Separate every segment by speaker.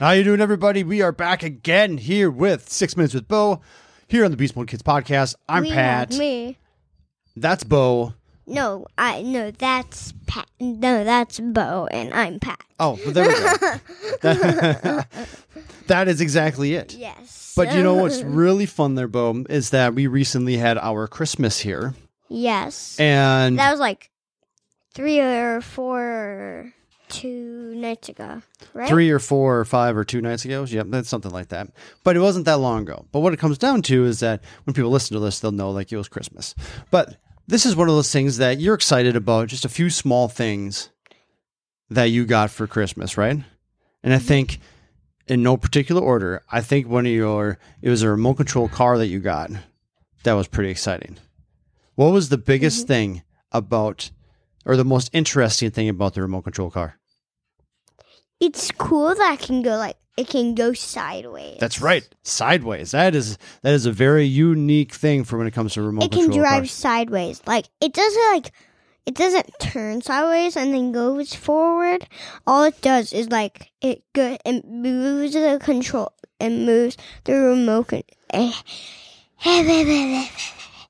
Speaker 1: How you doing, everybody? We are back again here with Six Minutes with Bo, here on the Beast Mode Kids podcast. I'm
Speaker 2: We-
Speaker 1: Pat.
Speaker 2: We.
Speaker 1: That's Bo.
Speaker 2: No, I no. That's Pat. No, that's Bo, and I'm Pat.
Speaker 1: Oh, well, there we go. That- that is exactly it.
Speaker 2: Yes.
Speaker 1: But you know what's really fun there, Bo, is that we recently had our Christmas here,
Speaker 2: yes.
Speaker 1: and
Speaker 2: that was like three or four, or two nights ago, right?
Speaker 1: three or four or five or two nights ago. Yep, that's something like that. But it wasn't that long ago. But what it comes down to is that when people listen to this, they'll know like it was Christmas. But this is one of those things that you're excited about, just a few small things that you got for Christmas, right? And I think in no particular order, I think one of your it was a remote control car that you got. That was pretty exciting. What was the biggest thing about or the most interesting thing about the remote control car?
Speaker 2: It's cool that it can go like it can go sideways.
Speaker 1: That's right. Sideways. That is that is a very unique thing for when it comes to remote
Speaker 2: it can
Speaker 1: control
Speaker 2: drive
Speaker 1: cars.
Speaker 2: sideways. Like it doesn't like it doesn't turn sideways and then goes forward. All it does is like it go it moves the control and moves the remote. Con-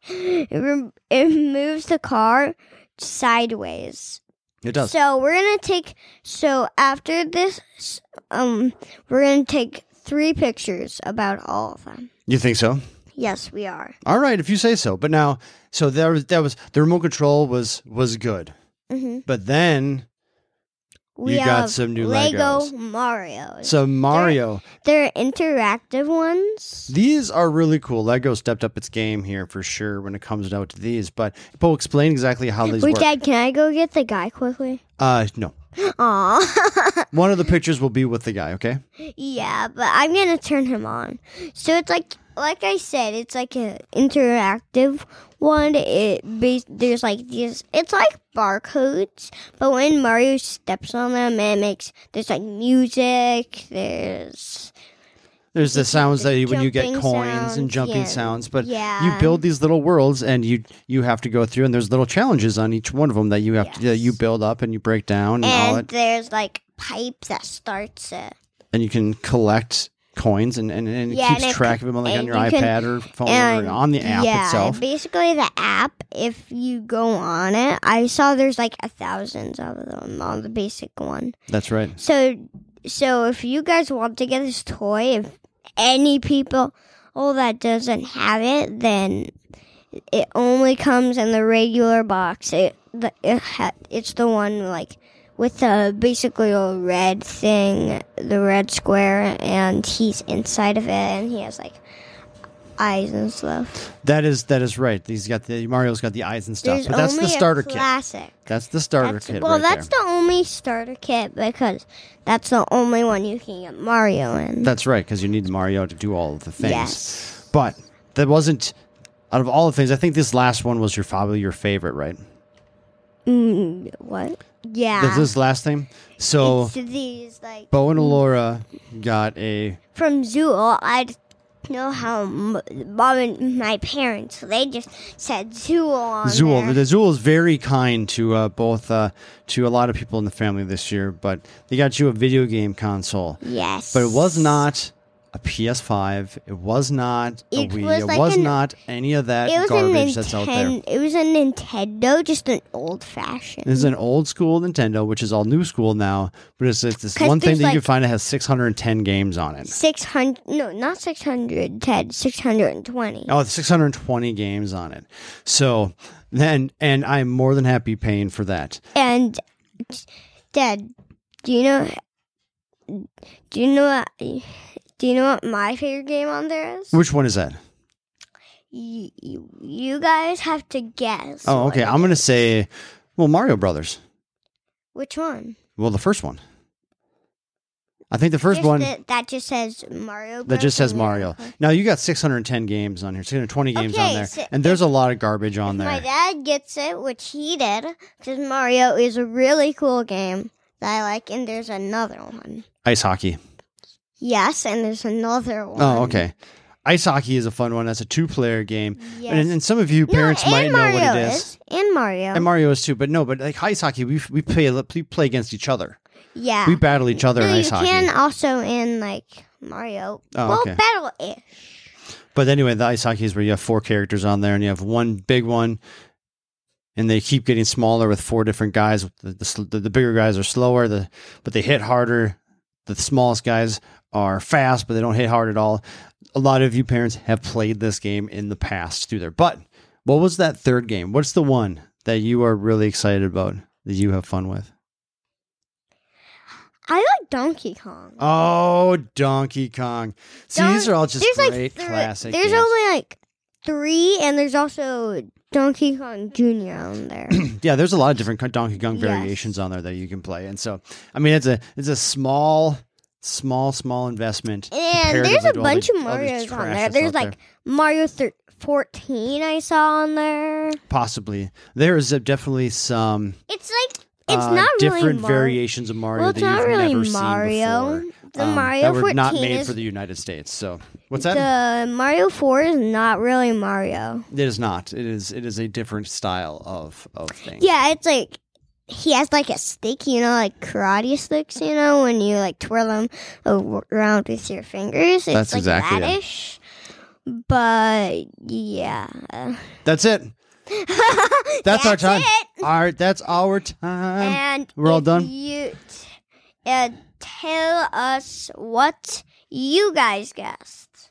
Speaker 2: it rem- it moves the car sideways.
Speaker 1: It does.
Speaker 2: So we're gonna take. So after this, um, we're gonna take three pictures about all of them.
Speaker 1: you think so?
Speaker 2: Yes, we are.
Speaker 1: All right, if you say so. But now, so there was that was the remote control was was good,
Speaker 2: hmm
Speaker 1: but then
Speaker 2: We
Speaker 1: You got
Speaker 2: have
Speaker 1: some new
Speaker 2: Lego
Speaker 1: Legos.
Speaker 2: Mario.
Speaker 1: so Mario.
Speaker 2: They're interactive ones.
Speaker 1: These are really cool. Lego stepped up its game here for sure when it comes down to these. But Bo, explain exactly how these
Speaker 2: Wait,
Speaker 1: work.
Speaker 2: Dad, can I go get the guy quickly?
Speaker 1: Uh, no,
Speaker 2: Aw.
Speaker 1: one of the pictures will be with the guy. Okay.
Speaker 2: yeah, but I'm gonna turn him on. So it's like, like I said, it's like an interactive one. It bas- there's like these. It's like barcodes, but when Mario steps on them, it makes there's like music. There's
Speaker 1: There's the sounds that you, when you get
Speaker 2: jumping
Speaker 1: coins and
Speaker 2: sounds,
Speaker 1: jumping
Speaker 2: yeah.
Speaker 1: sounds, but you
Speaker 2: Yeah.
Speaker 1: build these little worlds and you you have to go through and there's little challenges on each one of them that you have to, that you build up and you break down and, all that,
Speaker 2: and there's like pipe that starts it.
Speaker 1: and you can collect coins and and, and it
Speaker 2: Yeah,
Speaker 1: keeps
Speaker 2: and it
Speaker 1: track
Speaker 2: can-
Speaker 1: of them like on
Speaker 2: and
Speaker 1: your
Speaker 2: you can-
Speaker 1: iPad or phone or on the app
Speaker 2: yeah,
Speaker 1: itself.
Speaker 2: Basically, the app. If you go on it, I saw there's like a thousands of them on the basic one.
Speaker 1: That's right.
Speaker 2: So, so if you guys want to get this toy, if any people all that doesn't have it, then it only comes in the regular box. It, the, it ha, it's the one like with the basically a red thing, the red square, and he's inside of it, and he has like eyes and stuff.
Speaker 1: That is that is right. He's got the Mario's got the eyes and stuff,
Speaker 2: There's
Speaker 1: but that's the
Speaker 2: only a
Speaker 1: starter kit.
Speaker 2: classic.
Speaker 1: That's the starter
Speaker 2: That's-
Speaker 1: kit
Speaker 2: well,
Speaker 1: right
Speaker 2: that's
Speaker 1: there.
Speaker 2: the only starter kit because that's the only one you can get Mario in.
Speaker 1: That's right because you need Mario to do all of the things.
Speaker 2: Yes.
Speaker 1: But that wasn't out of all the things. I think this last one was your probably your favorite, right?
Speaker 2: Mm, what? Yeah.
Speaker 1: This is last thing. So
Speaker 2: Uh-huh. It's these like
Speaker 1: Bo and Alora got a
Speaker 2: from Zool. I d- know how m- mom and my parents they just said Zool on
Speaker 1: Zool.
Speaker 2: there.
Speaker 1: The Zool is very kind to uh, both uh, to a lot of people in the family this year, but they got you a video game console.
Speaker 2: Yes.
Speaker 1: But it was not a PS5. It was not a
Speaker 2: It
Speaker 1: Wii.
Speaker 2: was
Speaker 1: it
Speaker 2: like
Speaker 1: was
Speaker 2: an-
Speaker 1: not any of that
Speaker 2: It was
Speaker 1: garbage
Speaker 2: a
Speaker 1: that's out there.
Speaker 2: Nintendo. It was a Nintendo, just an old fashioned.
Speaker 1: This is an old school Nintendo, which is all new school now, but it's, it's this
Speaker 2: 'Cause
Speaker 1: one thing
Speaker 2: there's
Speaker 1: that you
Speaker 2: like-
Speaker 1: can find that has 610 games on it.
Speaker 2: Six hundred? No, not six hundred. Ted, six hundred and twenty.
Speaker 1: Oh, 620 games on it. So then, and I'm more than happy paying for that.
Speaker 2: And Dad, do you know? Do you know what? Do you know what my favorite game on there is?
Speaker 1: Which one is that?
Speaker 2: You, you, you guys have to guess.
Speaker 1: Oh, okay.
Speaker 2: what-
Speaker 1: I'm gonna say, well, Mario Brothers.
Speaker 2: Which one?
Speaker 1: Well, the first one. I think the first
Speaker 2: Just
Speaker 1: one
Speaker 2: the- that just says Mario.
Speaker 1: that
Speaker 2: Bros.
Speaker 1: just says
Speaker 2: and
Speaker 1: Mario. Now you got 610 games on here, 620 games on
Speaker 2: Okay,
Speaker 1: there,
Speaker 2: so
Speaker 1: and there's a lot of garbage on
Speaker 2: My
Speaker 1: there.
Speaker 2: dad gets it, which he did, because Mario is a really cool game that I like. And there's another one.
Speaker 1: Ice hockey.
Speaker 2: Yes, and there's another one.
Speaker 1: Oh, okay. Ice hockey is a fun one. That's a two-player game,
Speaker 2: Yes.
Speaker 1: and, and some of you
Speaker 2: No,
Speaker 1: parents
Speaker 2: and
Speaker 1: might
Speaker 2: Mario
Speaker 1: know what it is.
Speaker 2: And Mario.
Speaker 1: And Mario is too, but no, but like ice hockey, we we play we play against each other.
Speaker 2: Yeah.
Speaker 1: We battle each other
Speaker 2: No,
Speaker 1: in
Speaker 2: you
Speaker 1: ice hockey.
Speaker 2: can also in like Mario.
Speaker 1: Oh,
Speaker 2: well,
Speaker 1: okay.
Speaker 2: battle ish.
Speaker 1: But anyway, the ice hockey is where you have four characters on there, and you have one big one, and they keep getting smaller with four different guys. The, the, sl- the, the bigger guys are slower, the but they hit harder. The smallest guys are fast, but they don't hit hard at all. A lot of you parents have played this game in the past through there. But what was that third game? What's the one that you are really excited about that you have fun with?
Speaker 2: I like Donkey Kong.
Speaker 1: Oh, Donkey Kong! See,
Speaker 2: Don-
Speaker 1: these are all just
Speaker 2: like
Speaker 1: great
Speaker 2: three-
Speaker 1: classic.
Speaker 2: There's
Speaker 1: games.
Speaker 2: only like three, and there's also Donkey Kong Jr. on there.
Speaker 1: yeah, there's a lot of different kind- Donkey Kong
Speaker 2: Yes.
Speaker 1: variations on there that you can play, and so I mean, it's a it's a small, small, small investment.
Speaker 2: and
Speaker 1: comparatively
Speaker 2: there's a
Speaker 1: to all
Speaker 2: bunch
Speaker 1: the-
Speaker 2: of
Speaker 1: all this
Speaker 2: Mario's on
Speaker 1: trash
Speaker 2: there.
Speaker 1: that's
Speaker 2: There's
Speaker 1: out
Speaker 2: like Mario thir- 14 I saw on there.
Speaker 1: Possibly, there is a, definitely some
Speaker 2: It's like it's
Speaker 1: uh,
Speaker 2: not really
Speaker 1: different
Speaker 2: Mar-
Speaker 1: variations of Mario
Speaker 2: Well,
Speaker 1: that
Speaker 2: it's not
Speaker 1: you've
Speaker 2: really
Speaker 1: never
Speaker 2: Mario.
Speaker 1: seen before.
Speaker 2: The
Speaker 1: um,
Speaker 2: Mario
Speaker 1: that were
Speaker 2: 14
Speaker 1: not made
Speaker 2: is
Speaker 1: for the United States. So what's that?
Speaker 2: the Mario 4 is not really Mario.
Speaker 1: It is not. It is it is a different style of of thing.
Speaker 2: Yeah, it's like he has like a stick, you know, like karate sticks, you know, when you like twirl them around with your fingers. It's
Speaker 1: That's
Speaker 2: like
Speaker 1: exactly it.
Speaker 2: that-ish. But yeah,
Speaker 1: That's it. That's, our time.
Speaker 2: it.
Speaker 1: All right, that's our time.
Speaker 2: and
Speaker 1: we're all
Speaker 2: if
Speaker 1: done?
Speaker 2: You t- uh, tell us what you guys guessed.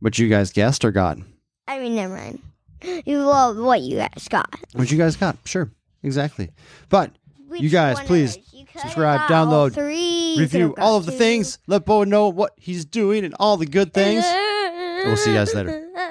Speaker 1: what you guys guessed or got?
Speaker 2: I mean, never mind. You well, what you guys got?
Speaker 1: What you guys got? Sure, exactly. But
Speaker 2: Which
Speaker 1: You guys,
Speaker 2: one of
Speaker 1: please
Speaker 2: those? You could've
Speaker 1: subscribe,
Speaker 2: got all
Speaker 1: download,
Speaker 2: three, you
Speaker 1: review
Speaker 2: could've got
Speaker 1: all of the
Speaker 2: two.
Speaker 1: things. Let Bo know what he's doing and all the good things.
Speaker 2: we'll
Speaker 1: we'll see you guys later.